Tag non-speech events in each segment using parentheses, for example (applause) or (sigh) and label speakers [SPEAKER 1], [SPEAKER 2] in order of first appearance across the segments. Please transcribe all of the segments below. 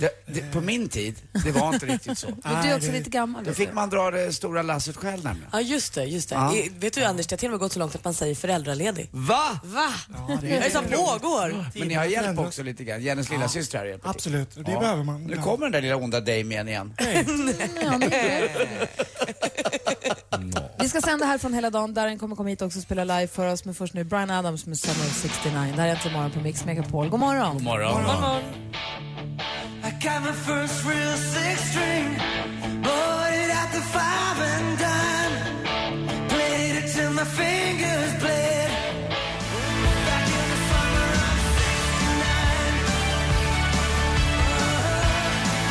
[SPEAKER 1] Det, det, på min tid, det var inte riktigt så.
[SPEAKER 2] Men du är
[SPEAKER 3] Nej,
[SPEAKER 2] också
[SPEAKER 3] det-
[SPEAKER 2] lite gammal.
[SPEAKER 1] Då
[SPEAKER 2] vet du.
[SPEAKER 1] fick man dra det stora lasset själv nämligen.
[SPEAKER 4] Ja, just det. Just det.
[SPEAKER 1] Ja.
[SPEAKER 4] I, vet du Anders, det har till och med gått så långt att man säger föräldraledig.
[SPEAKER 1] Va?
[SPEAKER 4] Va?
[SPEAKER 3] Ja, det
[SPEAKER 4] Vad är det som
[SPEAKER 3] är
[SPEAKER 4] pågår?
[SPEAKER 1] Men ni har hjälp också lite grann. Jennys lilla syster här hjälper till.
[SPEAKER 3] Absolut, och det behöver man.
[SPEAKER 1] Nu kommer den där lilla onda Damien igen.
[SPEAKER 2] Ja, men- Vi ska sända här från hela dagen. Darren kommer komma hit också och spela live för oss. Men först nu Brian Adams med Summer of 69. Det här är Äntligen morgon på Mix Megapol. God morgon! God
[SPEAKER 1] morgon.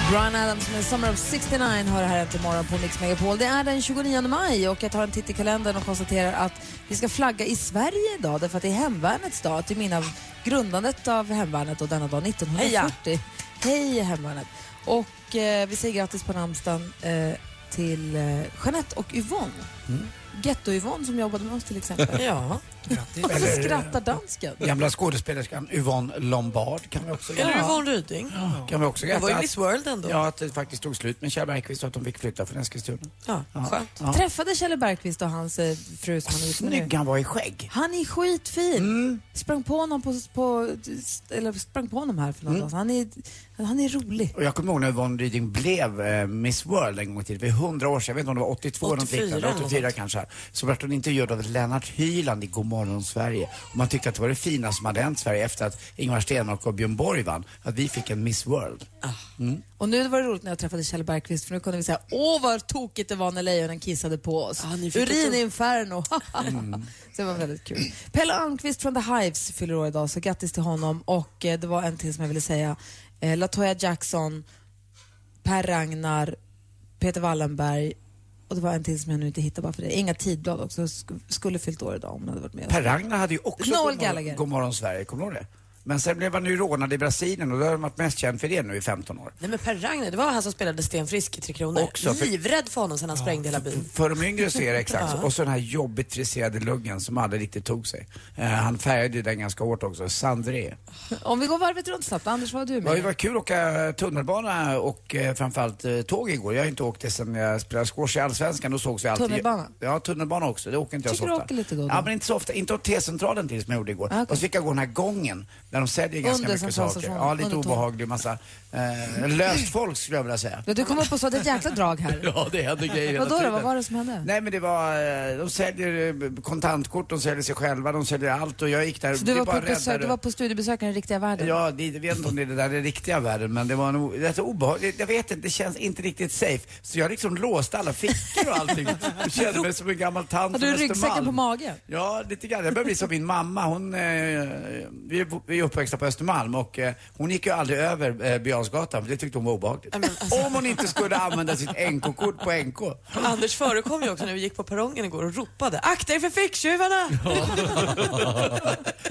[SPEAKER 2] Brian Adams med Summer of 69 har det här Äntligen morgon på Mix Megapol. Det är den 29 maj och jag tar en titt i kalendern och konstaterar att vi ska flagga i Sverige idag därför att det är hemvärnets dag till minne av grundandet av hemvärnet och denna dag 1940. Hej hemvärnet! Och eh, vi säger grattis på namnsdagen eh, till eh, Jeanette och Yvonne. Ghetto-Yvonne som jobbade med oss till
[SPEAKER 4] (laughs)
[SPEAKER 2] exempel.
[SPEAKER 4] Ja.
[SPEAKER 2] Varför skrattar dansken?
[SPEAKER 1] Gamla skådespelerskan Yvonne Lombard kan vi också
[SPEAKER 4] Eller
[SPEAKER 1] gratta.
[SPEAKER 4] Yvonne Ryding.
[SPEAKER 1] Kan vi också
[SPEAKER 4] Hon var ju
[SPEAKER 1] gratta.
[SPEAKER 4] Miss World ändå.
[SPEAKER 1] Ja, att det faktiskt tog slut med Kjell Bergqvist och att de fick flytta från Eskilstuna.
[SPEAKER 4] Ja, skönt.
[SPEAKER 1] Ja.
[SPEAKER 2] Träffade Kjell Bergqvist och hans eh, fru som han är gift med nu?
[SPEAKER 1] Snygg han var i skägg.
[SPEAKER 2] Han är skitfin. Sprang på honom på, på eller sprang på honom här för någon dag sedan. han är, han är rolig.
[SPEAKER 1] Och jag kommer ihåg när Yvonne Ryding blev eh, Miss World en gång till. Det var 100 år sedan, jag vet inte om det var 82 eller något
[SPEAKER 4] 84
[SPEAKER 1] liknande.
[SPEAKER 4] eller
[SPEAKER 1] 84 kanske. Här. Så vart hon intervjuad av Lennart Hyland i Godmorgon Sverige. Och man tyckte att det var det finaste som hade hänt Sverige efter att Ingvar Stenmark och Björn Borg vann. Att vi fick en Miss World.
[SPEAKER 2] Och nu var det roligt när jag träffade Kjell Bergqvist för nu kunde vi säga åh vad tokigt det var när lejonen kissade på oss.
[SPEAKER 4] Ja, ni fick ett ord.
[SPEAKER 2] Urininferno. (laughs) Så det var väldigt kul. Pelle Almqvist från The Hives fyller år idag så grattis till honom och eh, det var en till som jag ville säga. Eh, Latoya Jackson, Per Ragnar, Peter Wallenberg och det var en till som jag nu inte hittar bara för det. Inga Tidblad också, sk- skulle fyllt år idag om hon hade varit med oss.
[SPEAKER 1] Per Ragnar hade ju också
[SPEAKER 2] Noel
[SPEAKER 1] Godmorgon-
[SPEAKER 2] Gallagher.
[SPEAKER 1] Godmorgon Sverige, kommer du ihåg det? Men sen blev han ju rånad i Brasilien och då har han varit mest känd för det nu i 15 år.
[SPEAKER 4] Nej men Per Ragnar, det var han som spelade Sten Frisk i Tre Kronor.
[SPEAKER 1] Också, för-
[SPEAKER 4] Livrädd för honom sen han sprängde hela byn.
[SPEAKER 1] För de yngre så är det exakt så.
[SPEAKER 4] Ja.
[SPEAKER 1] Och så den här jobbigt friserade luggen som aldrig riktigt tog sig. Eh, han färgade ju den ganska hårt också, Sandré.
[SPEAKER 2] Om vi går varvet runt snabbt, Anders vad har du
[SPEAKER 1] Ja, Det
[SPEAKER 2] med
[SPEAKER 1] var kul att åka tunnelbana och eh, framförallt eh, tåg igår. Jag har inte åkt det sen jag spelade squash i Allsvenskan. Då sågs vi alltid.
[SPEAKER 2] Tunnelbana?
[SPEAKER 1] Ja, tunnelbana också. Det åker inte
[SPEAKER 2] Tycker
[SPEAKER 1] jag
[SPEAKER 2] du
[SPEAKER 1] så ofta.
[SPEAKER 2] åker lite då och då?
[SPEAKER 1] Ja, men inte så ofta. Inte åt T-centralen till som jag gjorde igår. Och så fick jag gå den här gången där de säljer ganska
[SPEAKER 2] Under
[SPEAKER 1] mycket saker.
[SPEAKER 2] centralstationen,
[SPEAKER 1] Ja, lite
[SPEAKER 2] under tåg.
[SPEAKER 1] obehaglig massa eh, löst folk skulle jag vilja säga.
[SPEAKER 2] Ja, du kom upp och sa att det är ett jäkla drag här.
[SPEAKER 1] (laughs) Ja, det händer grejer hela
[SPEAKER 2] Vadå då?
[SPEAKER 1] tiden.
[SPEAKER 2] Vad var det som hände?
[SPEAKER 1] Nej men det var, eh, de säljer eh, kontantkort, de säljer sig själva, de säljer allt och jag gick där. det
[SPEAKER 2] Så du,
[SPEAKER 1] är
[SPEAKER 2] var
[SPEAKER 1] bara
[SPEAKER 2] på besök,
[SPEAKER 1] räddare.
[SPEAKER 2] du var på studiebesök i den riktiga världen?
[SPEAKER 1] Ja, det, jag vet inte om det är det där den riktiga världen men det var nog rätt obehagligt. Jag vet inte, det känns inte riktigt safe. Så jag liksom låste alla fickor och allting. Jag kände mig som en gammal tant från
[SPEAKER 2] Hade du ryggsäcken
[SPEAKER 1] Östermalm.
[SPEAKER 2] på magen?
[SPEAKER 1] Ja, lite grann. Jag börjar bli som min mamma. Hon, eh, vi, är- vi är uppväxta på Östermalm och eh, hon gick ju aldrig över eh, Birger Jarls gatan, för det tyckte hon var obehagligt.
[SPEAKER 2] alltså.
[SPEAKER 1] Om hon inte skulle använda sitt NK-kort på NK.
[SPEAKER 4] Anders förekom ju också när vi gick på perrongen igår och ropade akta er för ficktjuvarna!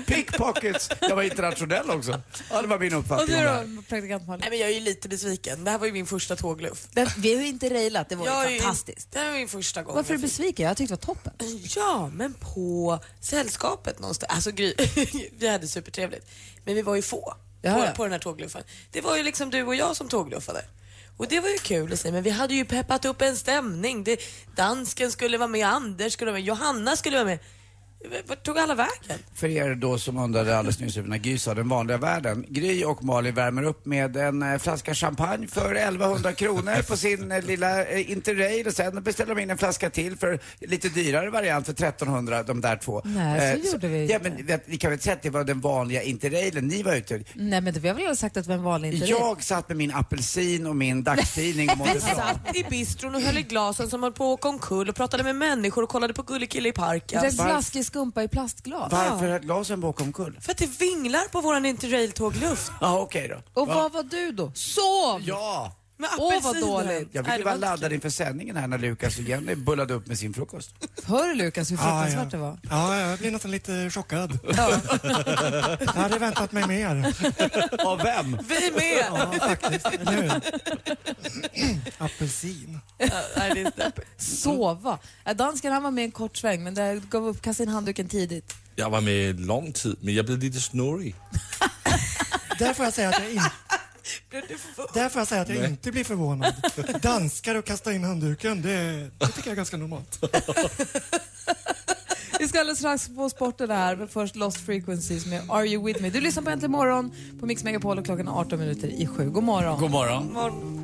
[SPEAKER 1] Pickpockets! Jag var internationell också. Ja, det var min
[SPEAKER 2] Och
[SPEAKER 1] uppfattning om
[SPEAKER 2] du
[SPEAKER 1] det här.
[SPEAKER 2] då, praktikant Malin?
[SPEAKER 4] Nej men jag är ju lite besviken. Det här var ju min första tågluff.
[SPEAKER 2] Den, vi har ju inte railat, det var
[SPEAKER 4] Jag är
[SPEAKER 2] ju
[SPEAKER 4] ju-
[SPEAKER 2] fantastiskt.
[SPEAKER 4] Det här var min första gång.
[SPEAKER 2] Varför är
[SPEAKER 4] jag
[SPEAKER 2] du besviken? Jag tyckte det var toppen.
[SPEAKER 4] Ja, men på sällskapet någonstans. Alltså Gry, (laughs) vi hade supertrevligt. Men vi var ju få
[SPEAKER 2] Ja, ja.
[SPEAKER 4] på, på den här tågluffen. Det var ju liksom du och jag som tågluffade. Och det var ju kul att se, men vi hade ju peppat upp en stämning. Det, dansken skulle vara med, Anders skulle vara med, Johanna skulle vara med. V- Vart tog alla vägen?
[SPEAKER 1] För er då som undrade alldeles nyss över när Gry sa den vanliga världen. Gry och Malin värmer upp med en eh, flaska champagne för 1100 kronor på sin eh, lilla eh, interrail och sen beställer de in en flaska till för lite dyrare variant för 1300 de där två. Eh,
[SPEAKER 2] Nej, så gjorde vi
[SPEAKER 1] Ja
[SPEAKER 2] inte.
[SPEAKER 1] men vet, ni kan väl inte säga att det var den vanliga interrailen ni var ute
[SPEAKER 2] Nej men det, vi har väl aldrig sagt att vem vanlig inte är.
[SPEAKER 1] Jag satt med min apelsin och min dagstidning
[SPEAKER 2] (laughs)
[SPEAKER 1] och mådde
[SPEAKER 4] Vi
[SPEAKER 1] bra.
[SPEAKER 2] alltså.
[SPEAKER 4] satt i bistron och höll i glasen som höll på att åka omkull och pratade med människor och kollade på gullig kille i parken.
[SPEAKER 2] Det är slaskig skumpa i plastglas.
[SPEAKER 1] Varför höll glasen på att åka omkull?
[SPEAKER 4] För att det vinglar på våran interrailtågluft.
[SPEAKER 1] Ja, okej då.
[SPEAKER 2] Och vad var du då? Sov!
[SPEAKER 1] Ja!
[SPEAKER 4] Med
[SPEAKER 2] Åh, vad
[SPEAKER 4] apelsinen.
[SPEAKER 2] dåligt.
[SPEAKER 1] Jag
[SPEAKER 4] Nej,
[SPEAKER 1] ville
[SPEAKER 4] det
[SPEAKER 1] vara
[SPEAKER 4] inte
[SPEAKER 1] laddad inför sändningen här när Lukas och Jenny bullade upp med sin frukost.
[SPEAKER 2] Hör du Lukas hur
[SPEAKER 1] Ah,
[SPEAKER 4] Typ, alltså,
[SPEAKER 2] fruktansvärt det var?
[SPEAKER 3] Ah, Ja, jag blir nästan lite chockad. (laughs) jag hade väntat mig
[SPEAKER 4] (laughs)
[SPEAKER 3] mer.
[SPEAKER 1] Av vem?
[SPEAKER 4] Vi med!
[SPEAKER 3] Ja, faktiskt. Nu. Apelsin.
[SPEAKER 4] Nej, det är snäpp.
[SPEAKER 2] Sova. Ja, dansken han var med en kort sväng men där gav upp, kastade in handduken tidigt.
[SPEAKER 5] Jeg var med lang tid, men jeg blev lidt snorig.
[SPEAKER 3] Där får jag säga att jag, in, där får jag, säga att jag inte blir förvånad. Danskar och kasta in handduken, det, det tycker jag är
[SPEAKER 1] (laughs)
[SPEAKER 3] ganska normalt.
[SPEAKER 2] Vi ska alldeles strax på sporten här, men först Lost Frequencies med Are You With Me. Du lyssnar på Äntligen Morgon på Mix Megapol och klockan är 18 minuter i sju. God morgon.
[SPEAKER 1] God morgon.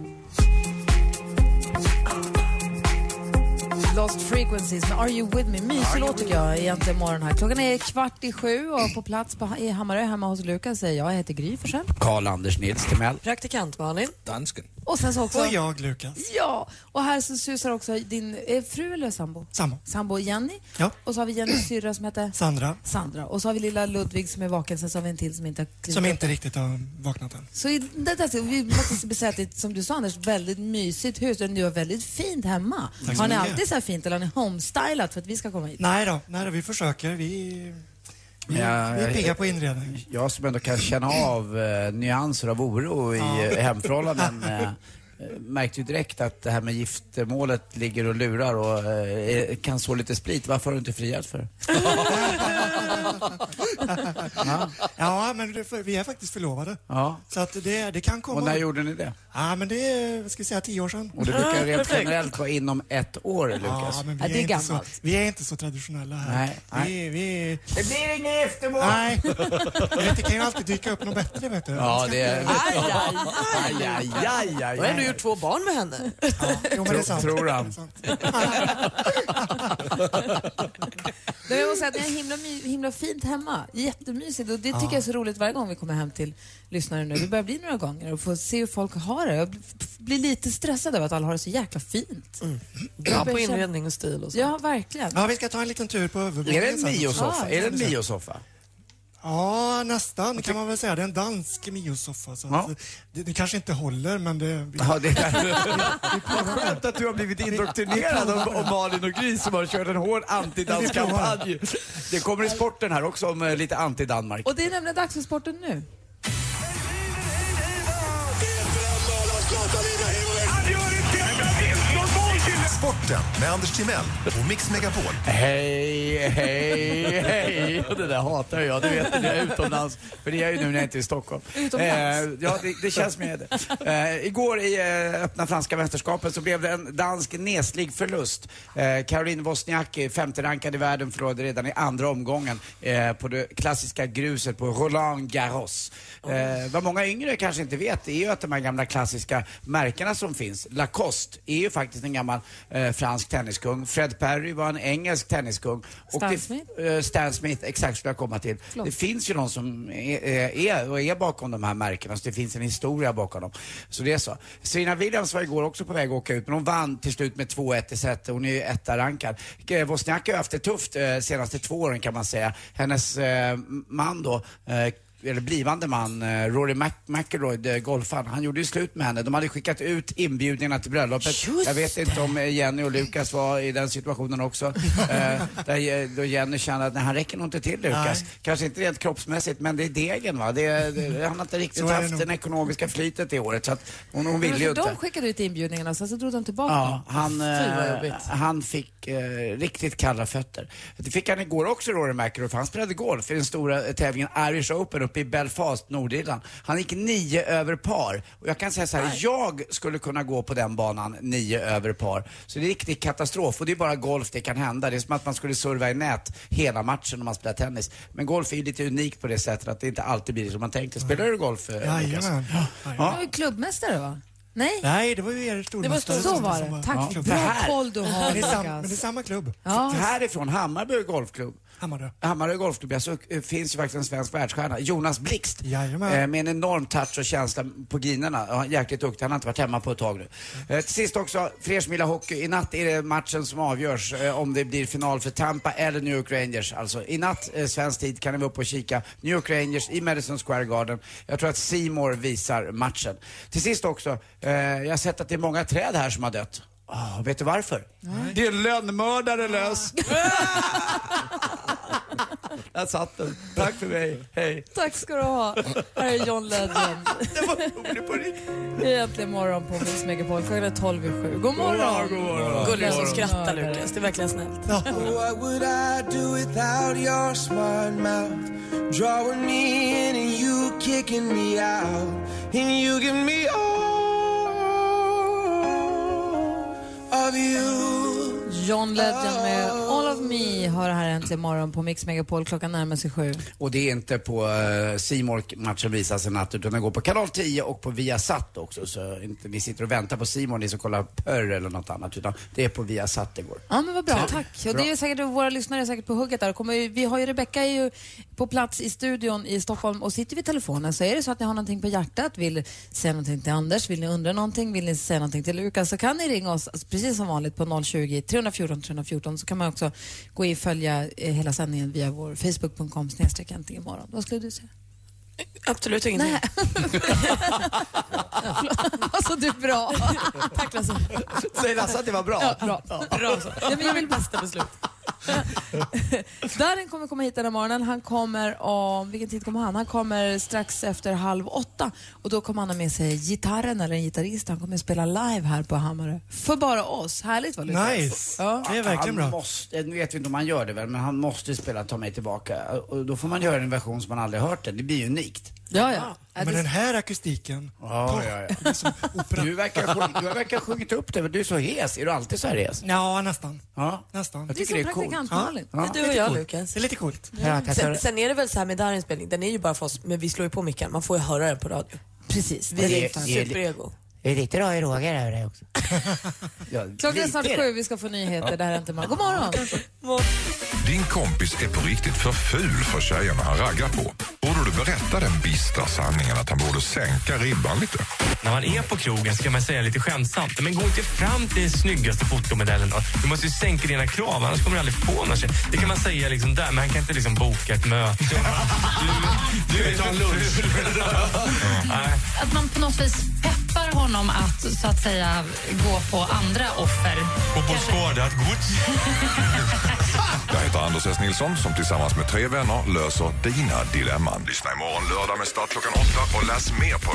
[SPEAKER 2] Lost Frequencies med Are You With Me. Mysig låt tycker jag egentligen morgon här. Klockan är kvart i sju och på plats på, i Hammarö hemma hos Lukas säger jag, jag heter Gry Forssell.
[SPEAKER 1] Karl-Anders Nils Timell.
[SPEAKER 4] Praktikant Malin.
[SPEAKER 5] Dansken.
[SPEAKER 2] Och sen så också...
[SPEAKER 3] Och jag, Lukas.
[SPEAKER 2] Ja, och här så susar också din eh, fru eller sambo?
[SPEAKER 3] Sambo.
[SPEAKER 2] Sambo Jenny.
[SPEAKER 3] Ja.
[SPEAKER 2] Och så har vi Jennys syrra som heter?
[SPEAKER 3] Sandra,
[SPEAKER 2] Sandra. Och så har vi lilla Ludvig som är vaken, sen så har vi en till som inte har klivit
[SPEAKER 3] som
[SPEAKER 2] upp.
[SPEAKER 3] inte riktigt har vaknat än.
[SPEAKER 2] Så i, det, det, vi måste säga att det är, som du sa Anders, väldigt mysigt hus och ni har väldigt fint hemma.
[SPEAKER 3] Tack så
[SPEAKER 2] har ni
[SPEAKER 3] mycket.
[SPEAKER 2] alltid så här fint eller har ni homestylat för att vi ska komma hit?
[SPEAKER 3] Nej då, nej då vi försöker. Vi, vi,
[SPEAKER 1] Ja,
[SPEAKER 3] vi är
[SPEAKER 1] jag-
[SPEAKER 3] pigga på inredning.
[SPEAKER 1] Jag som ändå kan känna av eh, nyanser av oro i eh, hemförhållanden
[SPEAKER 3] (laughs)
[SPEAKER 1] eh, eh, märkte ju direkt att det här med giftermålet ligger och lurar och eh, eh, kan så lite split. Varför har du inte friat för?
[SPEAKER 3] Ja, men det, för, vi är faktiskt förlovade.
[SPEAKER 1] Ja.
[SPEAKER 3] Så att det, det kan komma.
[SPEAKER 1] Och när gjorde ni det?
[SPEAKER 3] Ja, men det är, vad ska vi säga, tio år sedan.
[SPEAKER 1] Och det brukar rent generellt vara inom ett år,
[SPEAKER 3] Ja,
[SPEAKER 1] Lukas.
[SPEAKER 3] men vi
[SPEAKER 2] Ja,
[SPEAKER 3] är,
[SPEAKER 2] det är
[SPEAKER 3] inte så,
[SPEAKER 2] gammalt.
[SPEAKER 3] vi är inte så traditionella här.
[SPEAKER 1] Nej, nej.
[SPEAKER 3] Vi, vi,
[SPEAKER 1] Det blir inget giftermål!
[SPEAKER 3] nej. Det kan ju alltid dyka upp något bättre, vet du.
[SPEAKER 1] Ja, det är...
[SPEAKER 3] Ah,
[SPEAKER 4] Aj, aj,
[SPEAKER 1] Aj, aj, aj, aj,
[SPEAKER 4] Jag har ändå gjort två barn med henne.
[SPEAKER 3] Ja, jo, men det är sant.
[SPEAKER 1] Tror han.
[SPEAKER 3] Det är sant.
[SPEAKER 2] Men (laughs) jag måste säga att ni har himla, my- himla fint hemma. Jättemysigt och det tycker jag är så roligt varje gång vi kommer hem till lyssnare nu. Det börjar bli några gånger och få se hur folk har det. Jag bl- f- blir lite stressad över att alla har det så jäkla fint.
[SPEAKER 4] Ja, på inredning och stil och så.
[SPEAKER 2] Ja, verkligen.
[SPEAKER 3] Ja, vi ska ta en liten tur på
[SPEAKER 1] Är det
[SPEAKER 3] övervåningen
[SPEAKER 1] en
[SPEAKER 3] sen.
[SPEAKER 1] Mio-soffa?
[SPEAKER 2] Ah,
[SPEAKER 1] är det en Mio-soffa?
[SPEAKER 3] Ja, nästan kan man väl säga. Det är en dansk miosoffa. Så att det, det kanske inte håller, men det...
[SPEAKER 1] Ja, det Vad (laughs) skönt att du har blivit indoktrinerad av, av Malin och Gry som har kört en hård antidanskampanj. Det kommer i sporten här också om eh, lite anti-Danmark.
[SPEAKER 2] Och det är nämligen dags för sporten nu.
[SPEAKER 6] Sporten med Anders Timell och Mix Megapol.
[SPEAKER 1] Hej, hej, hej. Det där hatar jag, det vet du. när Jag är utomlands. För det är jag ju nu när jag inte är i Stockholm.
[SPEAKER 7] Utomlands?
[SPEAKER 1] Eh, ja, det, det känns med det. Eh, igår i eh, öppna franska mästerskapet så blev det en dansk neslig förlust. Eh, Caroline Wozniacki, femte rankad i världen, förlorade redan i andra omgången eh, på det klassiska gruset på Roland Garros. Eh, vad många yngre kanske inte vet är ju att de här gamla klassiska märkena som finns, Lacoste, är ju faktiskt en gammal eh, fransk tenniskung. Fred Perry var en engelsk tenniskung. Och
[SPEAKER 2] Stan
[SPEAKER 1] det-
[SPEAKER 2] Smith?
[SPEAKER 1] eh, Stan Smith, exakt skulle jag komma till.
[SPEAKER 2] Förlåt.
[SPEAKER 1] Det finns ju någon som är, är och är bakom de här märkena, så det finns en historia bakom dem. Så det är så. Serena Williams var igår också på väg att åka ut, men hon vann till slut med 2-1 i set. Hon är ju etta-rankad. Eh, Wozniacki har haft det tufft eh, senaste två åren kan man säga. Hennes eh, man då, eh, eller blivande man, eh, Rory Mac- McIlroy, eh, golfaren, han gjorde ju slut med henne. De hade skickat ut inbjudningarna till bröllopet. jag vet inte om eh, Jenny och Lukas var i den
[SPEAKER 7] (laughs)
[SPEAKER 1] situationen också. eh, där Je- då Jenny kände att nej, han räcker nog inte till Lukas.
[SPEAKER 7] Nej.
[SPEAKER 1] Kanske inte rent kroppsmässigt, men det är degen va. Det, är- det, han har inte riktigt
[SPEAKER 7] Så är det
[SPEAKER 1] haft
[SPEAKER 7] nog.
[SPEAKER 1] den ekonomiska flytet i året. Så att hon, hon
[SPEAKER 2] Men
[SPEAKER 1] vill ju
[SPEAKER 2] alltså,
[SPEAKER 1] inte.
[SPEAKER 2] de skickade ut inbjudningarna, sen så drog de tillbaka
[SPEAKER 1] Ja,
[SPEAKER 2] dem.
[SPEAKER 1] han,
[SPEAKER 2] Fy vad
[SPEAKER 1] eh,
[SPEAKER 2] jobbigt.
[SPEAKER 1] han fick eh, riktigt kalla fötter. Det fick han igår också, Rory McIlroy, för han spelade golf i den stora eh, tävlingen Irish Open uppe i Belfast, Nordirland. Han gick nio över par. Och jag kan säga så här, jag skulle kunna gå på den banan nio över par. Så det är riktigt katastrof. Och det är bara golf det kan hända. Det är som att man skulle serva i nät hela matchen om man spelar tennis. Men golf är ju lite unikt på det sättet att det inte alltid blir som man tänkte. Spelar du golf, eh, Lukas?
[SPEAKER 3] Jajamän.
[SPEAKER 2] Han var ju klubbmästare va? Nej?
[SPEAKER 3] Nej, det var ju er
[SPEAKER 2] Det var
[SPEAKER 3] stormästare.
[SPEAKER 2] så
[SPEAKER 3] som-
[SPEAKER 2] var
[SPEAKER 3] som
[SPEAKER 2] det. Tack.
[SPEAKER 3] klubb.
[SPEAKER 2] Bra koll du har
[SPEAKER 3] Det är sam- Men
[SPEAKER 2] Lukas.
[SPEAKER 3] det är samma klubb.
[SPEAKER 2] Ja.
[SPEAKER 1] Härifrån, Hammarby golfklubb.
[SPEAKER 3] Hammarö.
[SPEAKER 1] Hammarö golfklubb, ja, så eh, finns ju faktiskt en svensk världsstjärna, Jonas Blixt. Eh, med en enorm touch och känsla på greenerna. Ja, han är jäkligt duktig, han har inte varit hemma på ett tag nu. Eh, till sist också, för er som gillar hockey, i natt är det matchen som avgörs eh, om det blir final för Tampa eller New York Rangers. Alltså i natt, eh, svensk tid, kan ni vara uppe och kika. New York Rangers i Madison Square Garden. Jag tror att Seymour visar matchen. Till sist också, eh, jag har sett att det är många träd här som har dött. Ah, vet du varför? Det är lönnmördare lös. Där satt den. Tack för mig. Hej.
[SPEAKER 2] Tack ska du ha. Här är John Legend.
[SPEAKER 1] (laughs) det var roligt på riktigt.
[SPEAKER 2] Det är Äntligen morgon på Mix Megapol. Klockan är 12 i 7. God morgon!
[SPEAKER 1] God morgon.
[SPEAKER 4] Gulliga som skrattar Lukas, det är verkligen snällt.
[SPEAKER 8] What would I do without your smart mouth? Drawing me in and you kicking me out. And you give me all of you.
[SPEAKER 2] John Legend med All of Me har det här äntligen morgon på Mix Megapol. Klockan närmar sig sju.
[SPEAKER 1] Och det är inte på Simor matchen visas i natt utan den går på kanal 10 och på Viasat också. Så inte ni sitter och väntar på Simor ni som kollar Pörr eller något annat utan det är på Viasat det går.
[SPEAKER 2] Ja, men vad bra. Tack. Och det är ju säkert, våra lyssnare är säkert på hugget där. Kommer, ju- vi har ju Rebecka är ju på plats i studion i Stockholm och sitter vid telefonen så är det så att ni har någonting på hjärtat, vill säga någonting till Anders, vill ni undra någonting, vill ni säga någonting till Lukas så kan ni ringa oss alltså, precis som vanligt på 020 314 314 så kan man också gå in och följa eh, hela sändningen via vår facebook.com snedstreck äntligen imorgon. Vad skulle du säga?
[SPEAKER 4] Absolut ingenting. Nej.
[SPEAKER 2] alltså du är bra. (laughs) Tack Lasse.
[SPEAKER 1] Säger Lasse att Alltså, det var bra?
[SPEAKER 2] Ja, bra. bra så. (laughs) Ja, men jag vill bästa beslut. (laughs) Darin kommer komma hit den här morgonen. Han kommer om, vilken tid kommer han? Han kommer strax efter halv åtta och då kommer han ha med sig gitarren eller en gitarrist. Han kommer spela live här på Hammarö. För bara oss. Härligt va Lukas? Ja.
[SPEAKER 1] han Måste, nu vet vi inte om han gör det väl, men han måste spela Ta mig tillbaka. Och då får man göra en version som man aldrig hört den. Det blir unikt.
[SPEAKER 2] Ja, ja.
[SPEAKER 3] Men den här akustiken.
[SPEAKER 1] Ja, ja, ja. Du verkar, ha sjung- du verkar ha sjungit upp det, men du är så hes. Är du alltid så här hes?
[SPEAKER 3] Ja, nästan.
[SPEAKER 1] Ja.
[SPEAKER 3] Nästan.
[SPEAKER 1] Jag tycker det är coolt.
[SPEAKER 4] Det är du och jag Lukas.
[SPEAKER 3] Det är lite coolt.
[SPEAKER 4] Sen, sen är det väl så här med Darinspelning, den är ju bara för oss, men vi slår ju på micken, man får ju höra den på radio.
[SPEAKER 2] Precis.
[SPEAKER 4] Vi är,
[SPEAKER 1] Det är-
[SPEAKER 4] superego.
[SPEAKER 1] Det är lite Roy Roger över dig också. ja,
[SPEAKER 2] Klockan är snart
[SPEAKER 4] Lite.
[SPEAKER 2] sju, vi ska få nyheter. Det här är inte morgon. God morgon!
[SPEAKER 6] Din kompis är på riktigt för ful för tjejerna han raggar på. Borde du berättar den bistra sanningen att han borde sänka ribban lite.
[SPEAKER 2] När man är på krogen ska man säga lite skämtsamt men gå inte fram till den snyggaste fotomodellen. då. Du måste ju sänka dina krav, annars kommer du aldrig få någon tjej. Det kan man säga liksom där, men han kan inte liksom boka ett möte. (laughs) Du, du är för ful. Nej.
[SPEAKER 3] Att man på något vis peppar honom att så att säga gå på andra offer.
[SPEAKER 6] Och på skadat gods. Jag heter Anders S. Nilsson som tillsammans med tre vänner löser dina dilemman. Lyssna imorgon lördag med start klockan åtta och läs mer på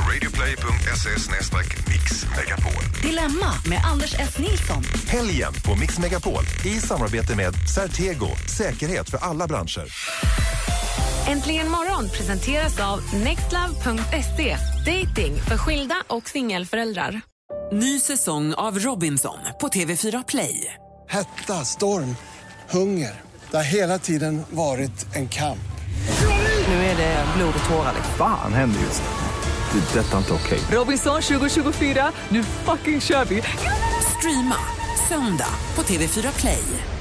[SPEAKER 6] radioplay.se mixmegapol.
[SPEAKER 9] Dilemma med Anders S. Nilsson.
[SPEAKER 10] Helgen på Mix Megapol i samarbete med Certego. Säkerhet för alla branscher.
[SPEAKER 11] Äntligen morgon presenteras av nextlove.se. Dating för skilda och singelföräldrar.
[SPEAKER 12] Ny säsong av Robinson på TV4 Play.
[SPEAKER 13] Hetta, storm, hunger. Det har hela tiden varit en kamp.
[SPEAKER 14] Nu är det blod och tårar. liksom. Fan händer just det. Det är detta inte okej.
[SPEAKER 12] Robinson 2024, nu fucking kör vi! Streama söndag på TV4 Play.